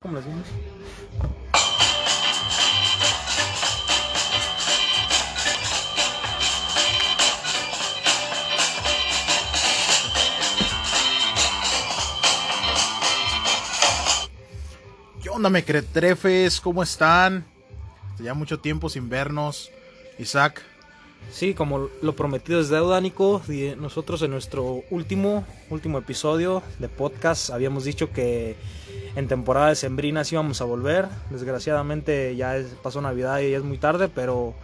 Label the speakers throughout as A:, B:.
A: ¿Cómo lo hacemos?
B: ¿Qué onda, mecretrefes? ¿Cómo están? Este, Ya mucho tiempo sin vernos. Isaac,
A: Sí, como lo prometido es deuda, Nico. y Nosotros en nuestro último, último episodio de podcast habíamos dicho que en temporada de sembrinas íbamos a volver. Desgraciadamente ya es- pasó Navidad y ya es muy tarde, pero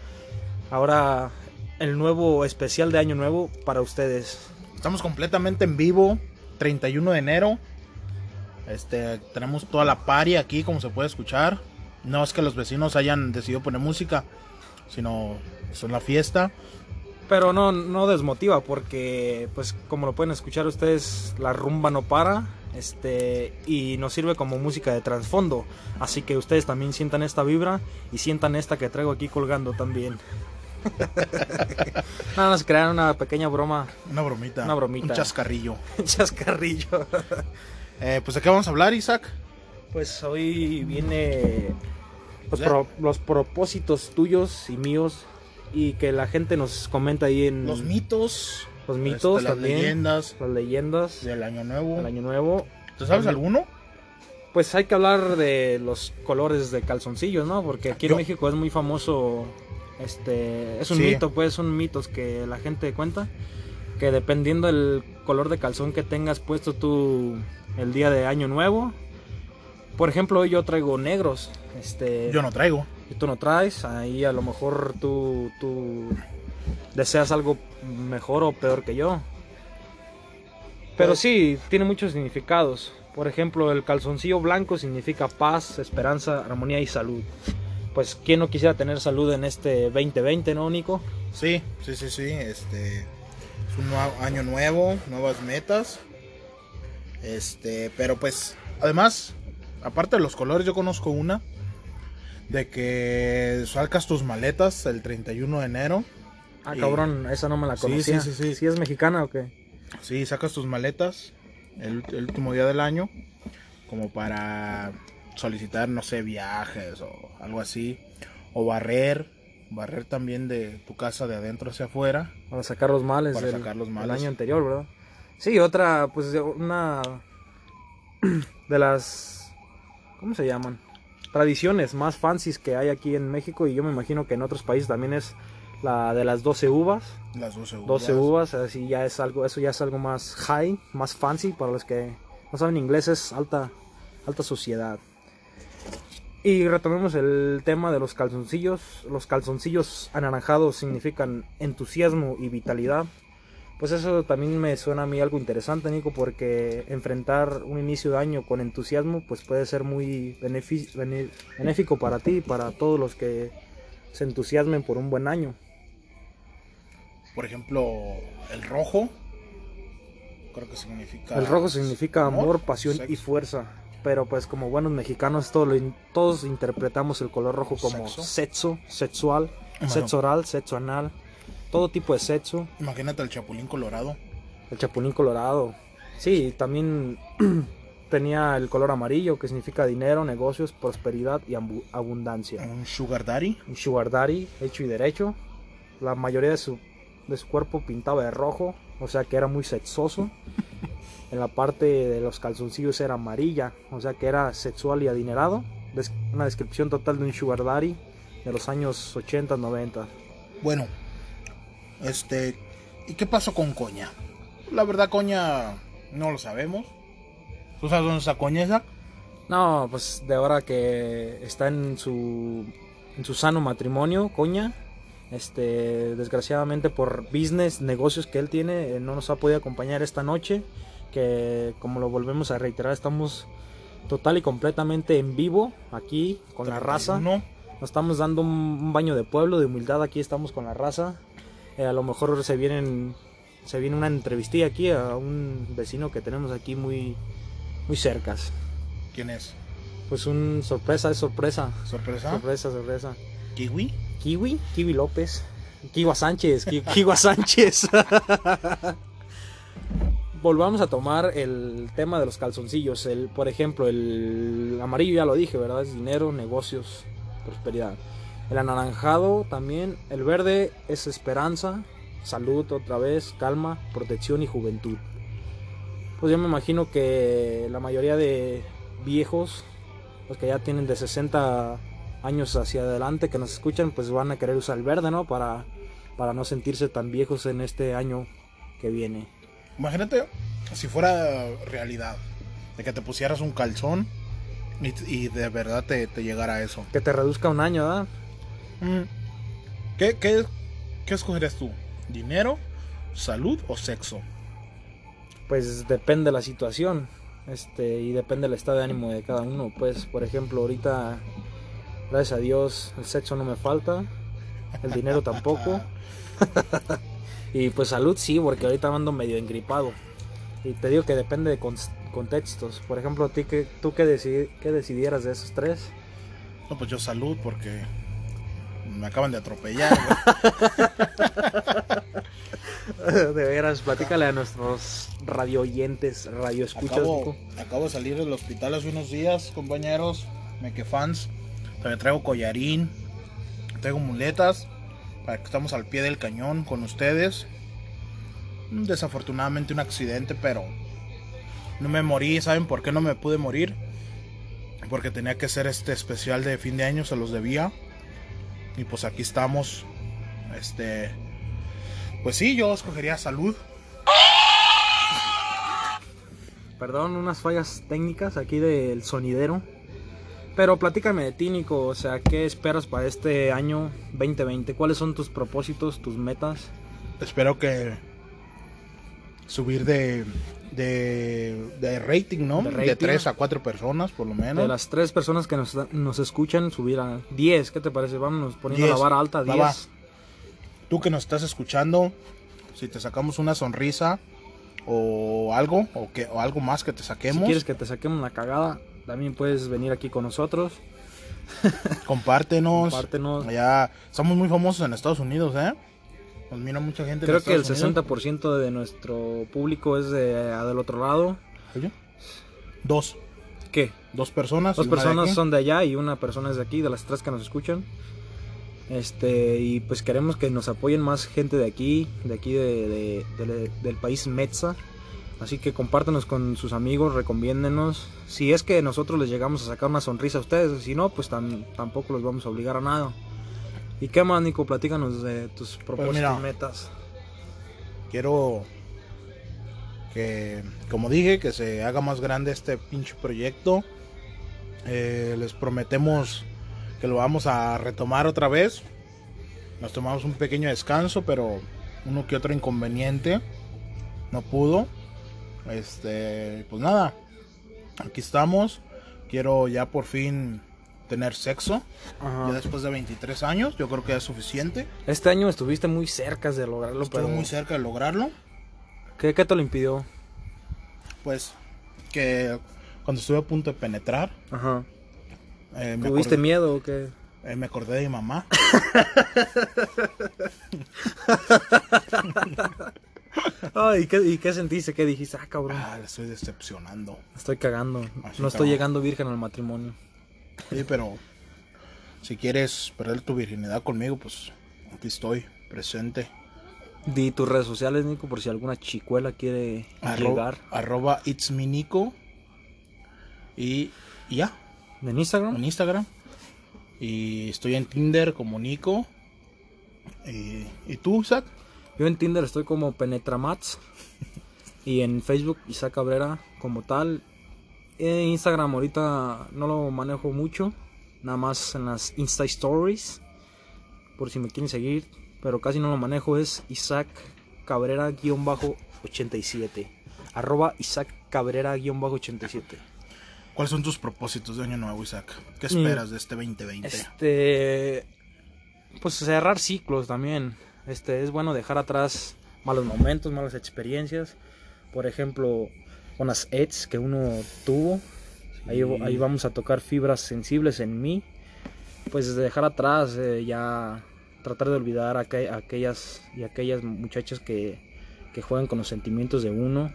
A: ahora el nuevo especial de Año Nuevo para ustedes.
B: estamos completamente en vivo. 31 de enero. Este, tenemos toda la pari aquí, como se puede escuchar. No es que los vecinos hayan decidido poner música, sino son la fiesta.
A: Pero no, no desmotiva porque, pues como lo pueden escuchar ustedes, la rumba no para este, y nos sirve como música de trasfondo. Así que ustedes también sientan esta vibra y sientan esta que traigo aquí colgando también. Nada más crear una pequeña broma,
B: Una bromita.
A: Una bromita.
B: Un chascarrillo.
A: chascarrillo.
B: Eh, pues de qué vamos a hablar, Isaac.
A: Pues hoy viene los,
B: Ya.
A: pro- los propósitos tuyos y míos y que la gente nos comenta ahí en
B: Los mitos.
A: los Mm. mitos
B: este, las
A: también,
B: leyendas
A: las leyendas
B: del año nuevo.
A: del año nuevo.
B: ¿Tú sabes alguno?
A: Pues hay que hablar de los colores de calzoncillos, ¿no? Porque aquí en
B: Yo-
A: México es muy famoso, este, es un
B: Sí.
A: mito, pues, son mitos que la gente cuenta, que dependiendo del color de calzón que tengas puesto tú el día de Año Nuevo, por ejemplo, hoy yo traigo negros, este,
B: Yo no traigo.
A: y tú no traes, ahí a lo mejor tú, tú deseas algo mejor o peor que yo. Pero
B: Pues-
A: sí, tiene muchos significados. Por ejemplo, el calzoncillo blanco significa paz, esperanza, armonía y salud. Pues, ¿quién no quisiera tener salud en este 2020, no, Nico?
B: Sí, sí, sí, sí. Este es un nuevo- año nuevo, nuevas metas. Este, pero pues, además, aparte de los colores, yo conozco una de que sacas tus maletas el 31 de enero.
A: Ah,
B: Sí.
A: cabrón, esa no me la
B: Sí,
A: conocía.
B: sí, sí, sí.
A: es mexicana o qué?
B: Sí, sacas tus maletas el, ult- el último día del año, como para solicitar, no sé, viajes o algo así, o barrer, barrer también de tu casa de adentro hacia afuera.
A: Para sacar los males,
B: Para
A: del,
B: sacar los
A: del
B: males.
A: año anterior, ¿verdad? Sí, otra, pues, de- una de las, ¿cómo se llaman? Tradiciones más fancies que hay aquí en México y yo me imagino que en otros países también es la de las 12 uvas.
B: Las 12 uvas.
A: 12 uvas, así ya es algo, eso ya es algo más high, más fancy para los que no saben inglés, es alta, alta sociedad. Y retomemos el tema de los calzoncillos. Los calzoncillos anaranjados significan entusiasmo y vitalidad. Pues eso también me suena a mí algo interesante, Nico, porque enfrentar un inicio de año con entusiasmo pues puede ser muy benefi- bene- benéfico para ti y para todos los que se entusiasmen por un buen año.
B: Por ejemplo, el rojo. Creo que significa.
A: El rojo significa amor, pasión y
B: sexo.
A: fuerza. Pero pues como buenos mexicanos todo lo in- todos interpretamos el color rojo como
B: Sexo.
A: sexo, sexual,
B: Ajá.
A: sexo oral, sexo anal, todo tipo de sexo.
B: Imagínate el chapulín colorado.
A: El chapulín colorado. Sí, también tenía el color amarillo que significa dinero, negocios, prosperidad y ambu- abundancia.
B: Un sugar daddy.
A: Un sugar daddy, hecho y derecho. La mayoría de su, de su cuerpo pintaba de rojo, o sea que era muy sexoso. En la parte de los calzoncillos era amarilla, o sea que era sexual y adinerado. Des- una descripción total de un sugar daddy de los años 80, 90.
B: Bueno. Este. ¿Y qué pasó con Coña? La verdad, Coña. No lo sabemos. ¿Tú sabes dónde está Coña esa?
A: No, pues de ahora que está en su, en su sano matrimonio, coña. Este, desgraciadamente por business, negocios que él tiene, eh, no nos ha podido acompañar esta noche. Que como lo volvemos a reiterar, estamos total y completamente en vivo aquí con la raza.
B: No.
A: Nos estamos dando un, un baño de pueblo, de humildad. Aquí estamos con la raza. Eh, a lo mejor se vienen, se viene una entrevistilla aquí a un vecino que tenemos aquí muy, muy cercas.
B: ¿Quién es?
A: Pues un sorpresa, es sorpresa.
B: ¿Sorpresa?
A: Sorpresa, sorpresa.
B: ¿Kiwi?
A: Kiwi, Kiwi López. Kiwa Sánchez, Ki- Kiwa Sánchez. volvamos a tomar el tema de los calzoncillos. El, por ejemplo, el amarillo ya lo dije, ¿verdad? Es dinero, negocios, prosperidad. El anaranjado también. El verde es esperanza, salud otra vez, calma, protección y juventud. Pues yo me imagino que la mayoría de viejos, los que ya tienen de 60 años hacia adelante que nos escuchan, pues van a querer usar el verde, ¿no? Para, para no sentirse tan viejos en este año que viene.
B: Imagínate si fuera realidad, de que te pusieras un calzón y, y de verdad te, te llegara eso.
A: Que te reduzca un año, ¿verdad?
B: Mm. ¿Qué, qué, qué escogerías tú? ¿Dinero, salud o sexo?
A: Pues depende de la situación. Este, y depende del estado de ánimo de cada uno. Pues, por ejemplo, ahorita, gracias a Dios, el sexo no me falta, el dinero tampoco. y pues salud sí, porque ahorita ando medio engripado. Y te digo que depende de cons- contextos. Por ejemplo, ¿a ti qué- ¿tú qué, decidi- qué decidieras de esos tres?
B: No, pues yo salud porque me acaban de atropellar. güey.
A: de veras, platícale a nuestros radio oyentes, radio escuchas.
B: acabo, acabo de salir del hospital hace unos días, compañeros, mequefans. También traigo collarín, traigo muletas, para que estamos al pie del cañón con ustedes. Mm, Desafortunadamente un accidente, pero no me morí. ¿Saben por qué no me pude morir? Porque tenía que ser este especial de fin de año, se los debía. Y pues aquí estamos. Este. Pues sí, yo escogería salud.
A: Perdón, unas fallas técnicas aquí del sonidero. Pero platícame de ti, Nico, o sea, ¿qué esperas para este año 2020? ¿Cuáles son tus propósitos, tus metas?
B: Espero que subir de, de, de rating, ¿no?
A: De
B: De,
A: rating.
B: 3 a 4 personas, por lo menos.
A: De las tres personas que nos, nos escuchan, subir a 10, ¿qué te parece? Vámonos poniendo
B: Diez.
A: la vara alta,
B: Va,
A: 10.
B: va. Tú que nos estás escuchando, si te sacamos una sonrisa o algo, o, que, o algo más que te
A: Si
B: saquemos,
A: quieres que te saquemos la cagada, también puedes venir aquí con nosotros.
B: compártenos.
A: Compártenos.
B: Allá somos muy famosos en Estados Unidos, ¿eh? Nos mira mucha gente. en
A: Creo que el
B: Estados Unidos.
A: 60% de nuestro público es de, del otro lado.
B: Oye, Dos.
A: ¿Qué?
B: Dos personas.
A: Dos
B: y Ah, una de
A: personas
B: aquí.
A: son de allá y una persona es de aquí, de las tres que nos escuchan. Este, y pues queremos que nos apoyen más gente de aquí, de aquí de- de- de- del país Metza. Así que compártanos con sus amigos, recomiéndenos. Si es que nosotros les llegamos a sacar una sonrisa a ustedes, si no, pues tam- tampoco los vamos a obligar a nada. ¿Y qué más, Nico? Platícanos de tus propósitos
B: Pues mira.
A: y metas.
B: quiero que, como dije, que se haga más grande este pinche proyecto. Eh, les prometemos que lo vamos a retomar otra vez. Nos tomamos un pequeño descanso, pero uno que otro inconveniente no pudo. Este, pues nada, aquí estamos. Quiero ya por fin tener sexo. Ya
A: Ajá.
B: después de 23 años, yo creo que es suficiente.
A: Este año estuviste muy cerca de lograrlo,
B: Estuve
A: pero
B: muy cerca de lograrlo.
A: ¿qué, qué te lo impidió?
B: pues que cuando estuve a punto de penetrar,
A: Ajá.
B: eh, me,
A: ¿Tuviste
B: acordé,
A: miedo o qué?
B: eh, me acordé de mi mamá.
A: Ay, Ah, ¿y qué, y qué sentiste? ¿Qué dijiste? Ah, cabrón.
B: Ah, la estoy decepcionando.
A: Estoy cagando.
B: Así
A: No
B: cagó.
A: estoy llegando virgen al matrimonio.
B: Sí, pero si quieres perder tu virginidad conmigo, pues aquí estoy, presente.
A: Di tus redes sociales, Nico, por si alguna chicuela quiere
B: Arro-
A: llegar.
B: arroba it's me Nico. Y, y ya,
A: ¿En Instagram?
B: en Instagram. Y estoy en Tinder como Nico. Y, ¿y tú, Zach?
A: Yo en Tinder estoy como Penetramats. Y en Facebook, Isaac Cabrera, como tal. En Instagram ahorita no lo manejo mucho. Nada más en las Insta Stories. Por si me quieren seguir. Pero casi no lo manejo. Es Isaac Cabrera-87. Arroba Isaac Cabrera-87.
B: ¿Cuáles son tus propósitos de año nuevo, Isaac? ¿Qué esperas de este 2020?
A: Este. Pues cerrar ciclos también. Este, es bueno dejar atrás malos momentos, malas experiencias. Por ejemplo, unas ads que uno tuvo. Ahí,
B: Sí.
A: ahí vamos a tocar fibras sensibles en mí. Pues dejar atrás eh, ya. Tratar de olvidar a aquellas y aquellas muchachas que, que juegan con los sentimientos de uno.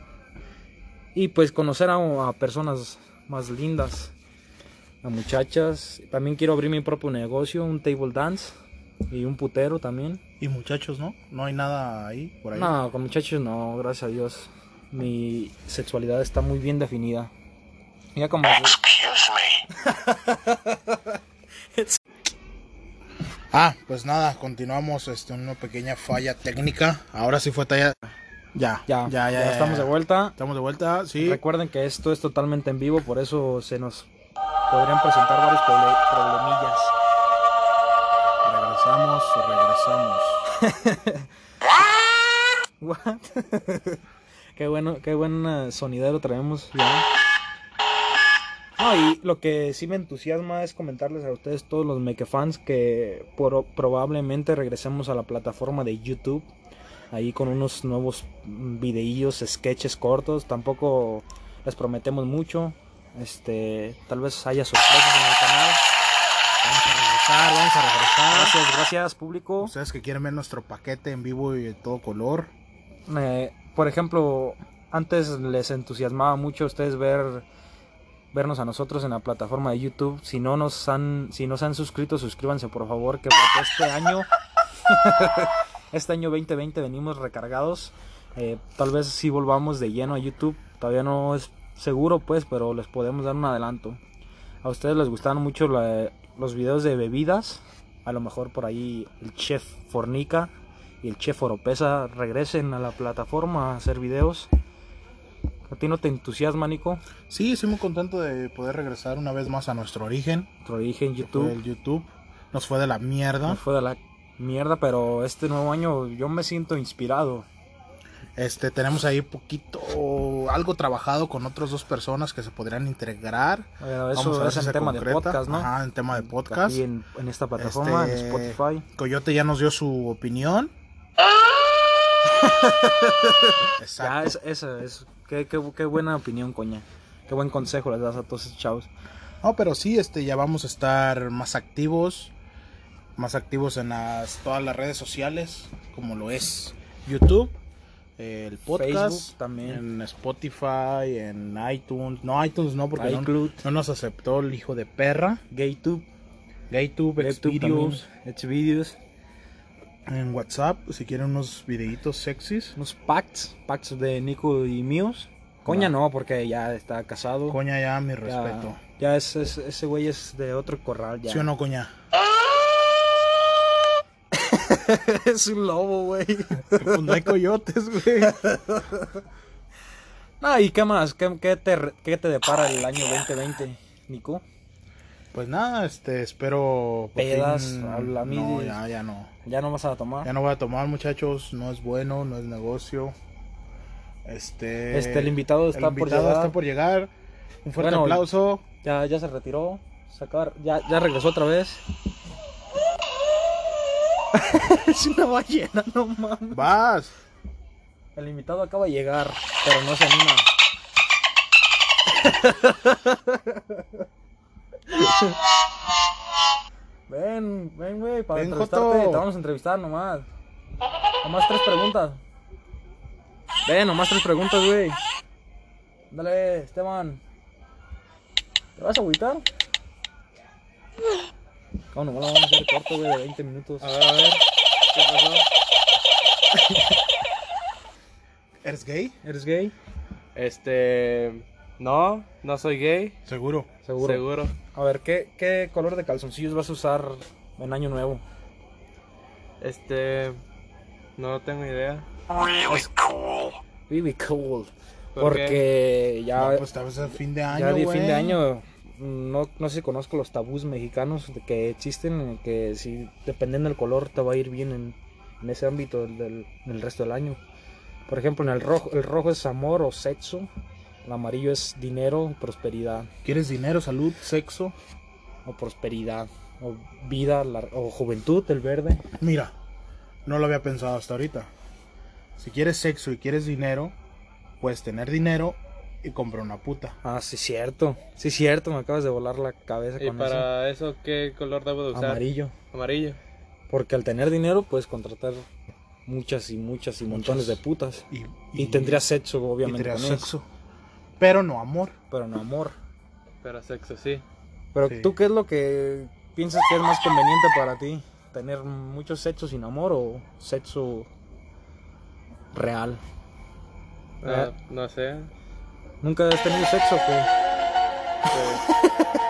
A: Y pues conocer a, a personas más lindas, a muchachas. También quiero abrir mi propio negocio, un table dance y un putero también.
B: Y muchachos, ¿no? No hay nada ahí, por ahí.
A: No, con muchachos no, gracias a Dios. Mi sexualidad está muy bien definida. Ya como...
B: Ah, pues nada, continuamos. Este, una pequeña falla técnica. Ahora sí fue talla. Ya,
A: Ya, ya, ya, estamos de vuelta.
B: Estamos de vuelta, sí.
A: Recuerden que esto es totalmente en vivo, por eso se nos podrían presentar varios proble- problemillas.
B: Regresamos, regresamos.
A: What? qué bueno, qué buen eh, sonidero traemos ya. No, y lo que sí me entusiasma es comentarles a ustedes todos los Mekefans que por- probablemente regresemos a la plataforma de YouTube. Ahí con unos nuevos videillos, sketches cortos. Tampoco les prometemos mucho. Este, tal vez haya sorpresas en el canal.
B: Vamos a regresar, vamos a regresar.
A: Gracias, gracias público.
B: Ustedes que quieren ver nuestro paquete en vivo y de todo color.
A: Eh, por ejemplo, antes les entusiasmaba mucho a ustedes ver vernos a nosotros en la plataforma de YouTube. Si no nos han, si no se han suscrito, suscríbanse por favor, que porque este año, este año 2020 venimos recargados. Eh, tal vez si volvamos de lleno a YouTube, todavía no es seguro pues, pero les podemos dar un adelanto. A ustedes les gustaron mucho la- los videos de bebidas. A lo mejor por ahí el chef Fornica y el chef Oropesa regresen a la plataforma a hacer videos. ¿A ti no te entusiasma, Nico?
B: Sí, estoy muy contento de poder regresar una vez más a nuestro origen.
A: Te lo dije en
B: Fue
A: YouTube.
B: El YouTube nos fue de la mierda.
A: Nos fue de la mierda, pero este nuevo año yo me siento inspirado.
B: Este, tenemos ahí poquito, algo trabajado con otras dos personas que se podrían integrar.
A: Bueno,
B: Vamos a
A: eso
B: ver
A: es
B: si
A: en
B: se
A: tema de
B: concreta.
A: podcast, ¿no?
B: Ajá, en tema de podcast.
A: Aquí en, en esta plataforma, en
B: Este,
A: Spotify.
B: Coyote ya nos dio su opinión. Exacto.
A: Ya, es, esa es. Qué, qué, qué buena opinión, coña. Qué buen consejo les das a todos esos chavos.
B: No, pero sí, este, ya vamos a estar más activos, más activos en las, todas las redes sociales, como lo es YouTube, eh, el podcast,
A: Facebook también.
B: en Spotify, en iTunes, no iTunes no porque no-
A: iCloud,
B: no nos aceptó el hijo de perra.
A: GayTube,
B: GayTube,
A: GayTube también,
B: Xvideos,
A: Xvideos,
B: en WhatsApp, si quieren unos videitos sexys.
A: unos pacts, pacts de Nico y míos. Coña no, porque ya está casado.
B: Coña, ya, mi
A: ya,
B: respeto.
A: ya es, es- ese güey es de otro corral ya.
B: ¿Sí o no, coña?
A: es un lobo, güey.
B: Pues no hay coyotes, güey.
A: No, ¿y qué más? ¿Qué, qué te, re- qué te depara el año 2020, Nico?
B: Pues nada, este, espero. por
A: Pedas,
B: fin-
A: habla mí
B: No,
A: de-
B: ya, ya no.
A: ¿Ya no vas a tomar?
B: Ya no voy a tomar, muchachos. No es bueno, no es negocio. Este.
A: Este, el invitado está
B: el
A: por
B: invitado
A: llegar.
B: está por llegar. Un fuerte
A: Bueno,
B: aplauso.
A: Ya, ya se retiró. Se acaba- ya, ya regresó otra vez. es una ballena, no mames.
B: Vas.
A: El invitado acaba de llegar, pero no se anima. ven, ven, güey, para
B: Ven,
A: entrevistarte.
B: Joto.
A: Te vamos a entrevistar nomás. Nomás tres preguntas. Ven, nomás tres preguntas, güey. Dale, Esteban. ¿Te vas a agüitar? No, nomás lo vamos a hacer corto, güey, de 20 minutos.
B: A ver, a ver. ¿Qué pasó? ¿Eres gay?
A: ¿Eres gay?
C: Este. No, no soy gay.
B: Seguro.
A: Seguro.
C: Seguro.
A: A ver, ¿qué, ¿qué color de calzoncillos vas a usar en Año Nuevo?
C: Este. No tengo idea.
A: Really cool.
C: ¿Por
A: Porque ya,
B: No, pues tal vez a fin de año.
A: ya de
B: güey.
A: fin de año, no, no sé si conozco los tabús mexicanos de que existen, en que si dependiendo del color te va a ir bien en, en ese ámbito del, del- del resto del año. Por ejemplo, en el rojo, el rojo es amor o sexo, el amarillo es dinero, prosperidad
B: ¿Quieres dinero, salud, sexo?
A: o prosperidad o vida lar- o juventud, el verde.
B: Mira, no lo había pensado hasta ahorita. Si quieres sexo y quieres dinero, puedes tener dinero y comprar una puta.
A: Ah, sí, cierto. Sí, cierto, me acabas de volar la cabeza
C: ¿Y
A: con
C: para eso qué color debo de
A: eso.
C: usar?
A: Amarillo.
C: Amarillo.
A: Porque al tener dinero puedes contratar muchas y muchas y montones de putas.
B: Y,
A: Y, tendrías sexo,
B: y
A: obviamente.
B: tendrías
A: con ellas.
B: sexo. pero no amor.
A: pero no amor.
C: Pero sexo sí.
A: Pero
B: Sí.
A: tú, ¿qué es lo que piensas que es más conveniente para ti? ¿Tener mucho sexo sin amor o sexo real?
C: Ah, no sé.
A: ¿Nunca has tenido sexo? o qué?
C: Pues,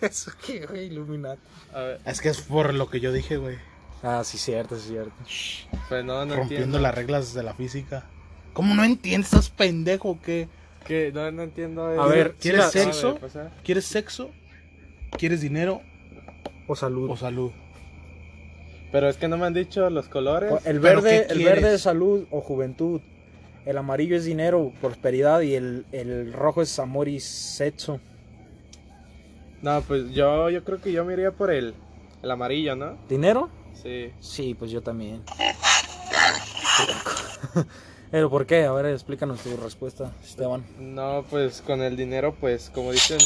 A: Eso que, güey, Illuminati.
C: a ver,
B: Es que es por lo que yo dije, güey.
A: Ah, sí, cierto, sí, cierto.
C: pues no, no
B: rompiendo
C: entiendo.
B: las reglas de la física. ¿Cómo no entiendes? ¿Estás pendejo o qué?
C: Que no, no entiendo.
A: A ver,
B: ¿quieres
C: acaba de
B: sexo?
C: pasar.
B: ¿Quieres sexo? ¿Quieres dinero
A: O salud.
B: o salud?
C: Pero es que no me han dicho los colores.
A: O- el
B: ¿Pero
A: verde,
B: qué
A: el verde
B: quieres?
A: es salud o juventud. El amarillo es dinero, prosperidad. Y el, el rojo es amor y sexo.
C: No, pues yo, yo creo que yo me iría por el, el amarillo, ¿no?
A: ¿Dinero?
C: Sí.
A: Sí, pues yo también. Pero ¿por qué? A ver, explícanos tu respuesta, Esteban.
C: No, pues con el dinero, pues como dicen,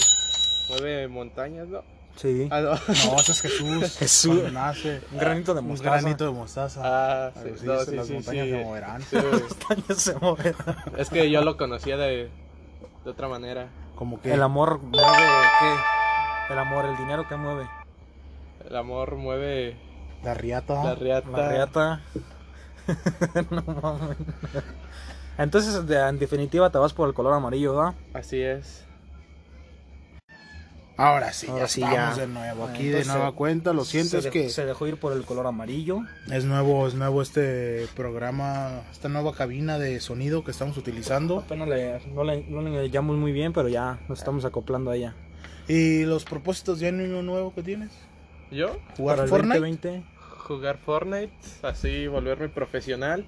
C: mueve montañas, ¿no?
A: Sí.
C: Ah, no.
B: No, ese es Jesús.
A: Jesús.
B: Cuando nace.
A: Un granito de
B: Un
A: mostaza.
B: granito de mostaza.
C: Ah, sí,
B: Así
C: no,
B: es,
C: sí,
B: las
C: sí,
B: montañas
C: sí.
B: se moverán.
C: Sí, güey.
A: Se moverá.
C: es que yo lo conocía de, de otra manera.
B: Como que
A: El amor mueve qué? El amor, el dinero que mueve.
C: El amor mueve
B: la Ah, riata.
C: la riata.
A: La reata. no mames. Entonces, de- en definitiva, te vas por el color amarillo, ¿verdad?
C: Así es.
B: Ahora sí,
A: Ahora
B: ya
A: sí,
B: estamos
A: ya.
B: de nuevo. Aquí
A: Entonces,
B: de nueva cuenta. Lo siento,
A: Se
B: es
A: de-
B: que
A: Se dejó ir por el color amarillo.
B: es nuevo, es nuevo este programa, esta nueva cabina de sonido que estamos utilizando.
A: Apenas le, no, le, no le hallamos muy bien, pero ya nos estamos acoplando a ella.
B: ¿Y los propósitos de año nuevo que tienes?
C: Yo,
B: ¿Jugar
A: Para el
B: Fortnite?
A: 2020.
C: jugar Fortnite, así volverme profesional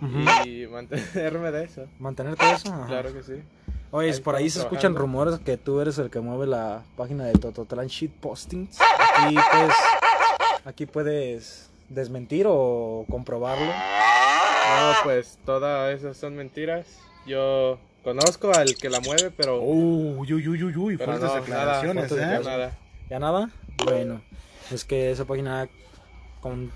A: Ujú.
C: y mantenerme de eso.
A: Mantenerte eso. Ajá.
C: Claro que sí.
A: Oye,
C: Ahí
A: por ahí
C: estamos
A: se escuchan
C: trabajando.
A: rumores que tú eres el que mueve la página de Tototlán Sheet Postings. Aquí puedes, aquí puedes desmentir o comprobarlo.
C: No, pues todas esas son mentiras. Yo conozco al que la mueve, pero,
B: Uy, uy, uy, uy, uy,
C: pero
B: fuertes
C: no,
B: declaraciones,
A: fuertes
B: ¿eh?
C: nada,
A: declaraciones.
C: nada.
A: ¿Ya nada? Bueno, es que esa página con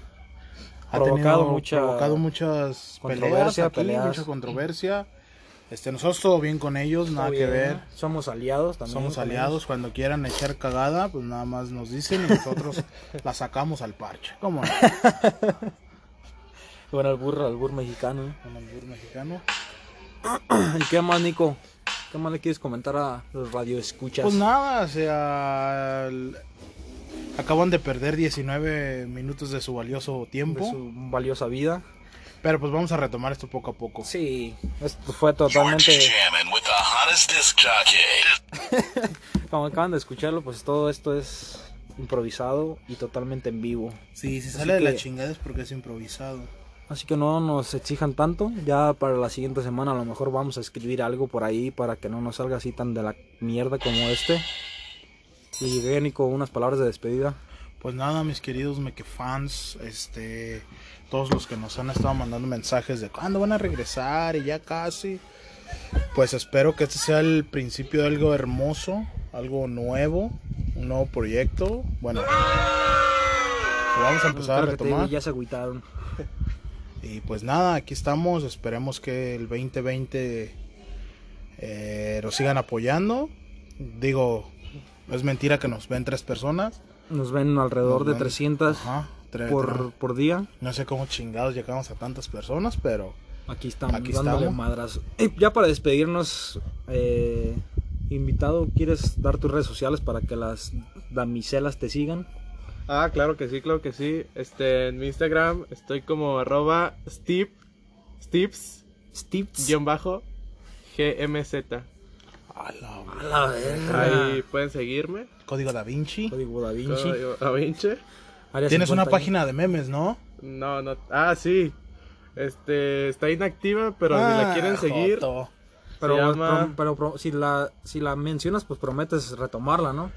B: Ha
A: provocado
B: tenido-
A: mucha-
B: provocado muchas peleas,
A: controversia,
B: aquí,
A: peleas.
B: mucha controversia. Este, nosotros todo bien con ellos, nada
A: Bien,
B: que ver.
A: Somos aliados también.
B: Somos
A: con
B: aliados, cuando quieran echar cagada, pues nada más nos dicen y nosotros la sacamos al parche. ¿Cómo no?
A: ellos. Bueno, al burro, al burro mexicano.
B: Un albur mexicano.
A: ¿Y qué más, Nico? ¿Qué más le quieres comentar a los radioescuchas?
B: Pues nada, o sea, el- acaban de perder 19 minutos de su valioso tiempo,
A: de su valiosa vida.
B: pero pues vamos a retomar esto poco a poco.
A: Sí, esto fue totalmente...
D: Jamming with the hottest disc jockey.
A: Como acaban de escucharlo, pues todo esto es improvisado y totalmente en vivo.
B: Sí, si
A: Así
B: sale de la
A: que-
B: chingada es porque es improvisado.
A: Así que no nos exijan tanto. Ya para la siguiente semana a lo mejor vamos a escribir algo por ahí para que no nos salga así tan de la mierda como este. Y bien, Nico, unas palabras de despedida.
B: Pues nada, mis queridos mequefans, este, todos los que nos han estado mandando mensajes de cuándo van a regresar y ya casi. Pues espero que este sea el principio de algo hermoso, algo nuevo, un nuevo proyecto. Bueno, lo vamos a empezar a
A: Espero que te digo,
B: retomar.
A: ya se agüitaron.
B: Y pues nada, aquí estamos. Esperemos que el 2020 eh, nos sigan apoyando. Digo, es mentira que nos ven tres personas.
A: Nos ven alrededor
B: Nos
A: de
B: ven-
A: 300
B: Ajá, tre-
A: por, por día.
B: No sé cómo chingados llegamos a tantas personas, pero
A: Aquí estamos
B: Aquí
A: dándole
B: estamos.
A: madras. Y ya para despedirnos, eh, invitado, ¿quieres dar tus redes sociales para que las damiselas te sigan?
C: Ah, claro que sí, claro que sí. Este, en mi Instagram estoy como arroba Steve, Steves,
A: Steve.
C: guión bajo, GMZ.
B: a la
A: A
B: ver-
A: la verga.
C: Ahí
B: Ah.
C: pueden seguirme.
B: código Da Vinci.
A: Código Da Vinci.
C: Código Da Vinci.
A: Área
B: Tienes una
A: 51.
B: página de memes, ¿no?
C: No, no. Ah, sí. Este, está inactiva, pero si la
B: Ah,
C: quieren seguir,
B: joto.
A: Pero,
C: se llama...
A: pro- pero pro- si, la, si la mencionas, pues prometes retomarla, ¿no?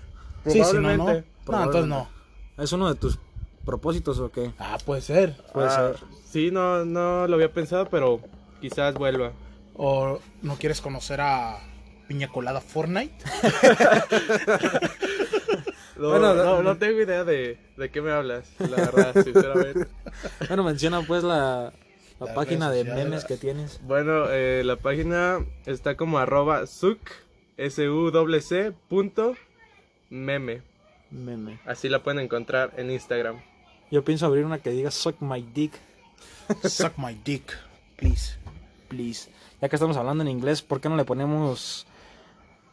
B: Sí, si no, no.
C: Probablemente.
B: No, entonces no.
A: ¿Es uno de tus propósitos o qué?
B: Ah, puede ser.
A: Puede
C: Ah,
A: ser.
C: Sí, no, no lo había pensado, pero quizás vuelva.
B: ¿O no quieres conocer a Piña Colada Fortnite?
C: No,
A: Bueno,
C: no,
A: no-
C: no tengo idea de, de qué me hablas, la verdad, sinceramente.
A: Bueno, menciona pues la, La
B: Las
A: página de
B: redes sociales.
A: memes que tienes.
C: Bueno, eh, la página está como arroba suc, s u c c punto meme.
A: Meme.
C: Así la pueden encontrar en Instagram.
A: Yo pienso abrir una que diga suck my dick,
B: Suck my dick, please.
A: please. Ya que estamos hablando en inglés, ¿por qué no le ponemos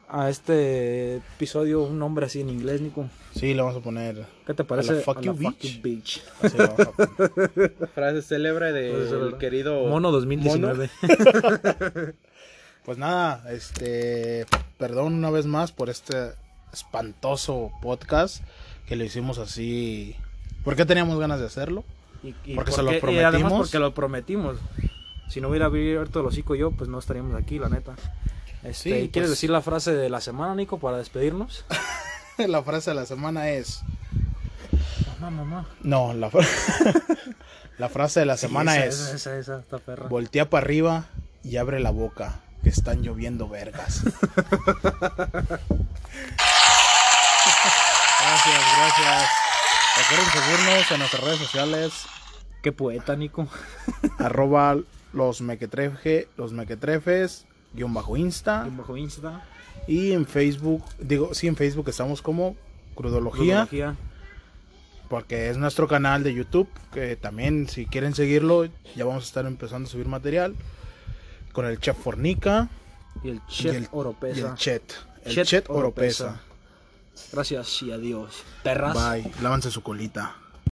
A: a este episodio un nombre así en inglés, Nico?
B: Sí, le vamos a poner.
A: ¿Qué te parece?
B: fuck you bitch.
A: fuck you bitch.
B: así le vamos a poner.
C: Frase célebre del
A: Frase célebre.
C: querido
A: Mono 2019.
B: Pues nada, este. Perdón una vez más por este espantoso podcast que lo hicimos así. ¿Por qué teníamos ganas de hacerlo?
A: Y, y
B: Porque se lo
A: Y además
B: prometimos.
A: porque lo prometimos. Si no hubiera abierto el hocico yo, pues no estaríamos aquí, la neta. Este,
B: Sí,
A: ¿Quieres
B: pues-
A: decir la frase de la semana, Nico, para despedirnos?
B: La frase de la semana es.
A: Mamá, mamá.
B: No, la, fra- la frase de la semana
A: Sí, esa,
B: es.
A: Esa, esa, esa, esta perra.
B: Voltea para arriba y abre la boca, que están lloviendo vergas. gracias, gracias. Recuerden seguirnos en nuestras redes sociales,
A: Qué poeta, Nico.
B: arroba los mequetrefe, los mequetrefes, guión bajo insta.
A: Y bajo Insta.
B: Y en Facebook, digo, sí, en Facebook estamos como Crudología,
A: Crudología.
B: porque es nuestro canal de YouTube, que también si quieren seguirlo, ya vamos a estar empezando a subir material. Con el Chef Fornica.
A: Y el Chef
B: Y el-
A: Oropesa.
B: Y el Chet. El
A: Chet
B: Chet Oropesa.
A: Gracias y adiós. Perras.
B: Bye. Lávanse su colita.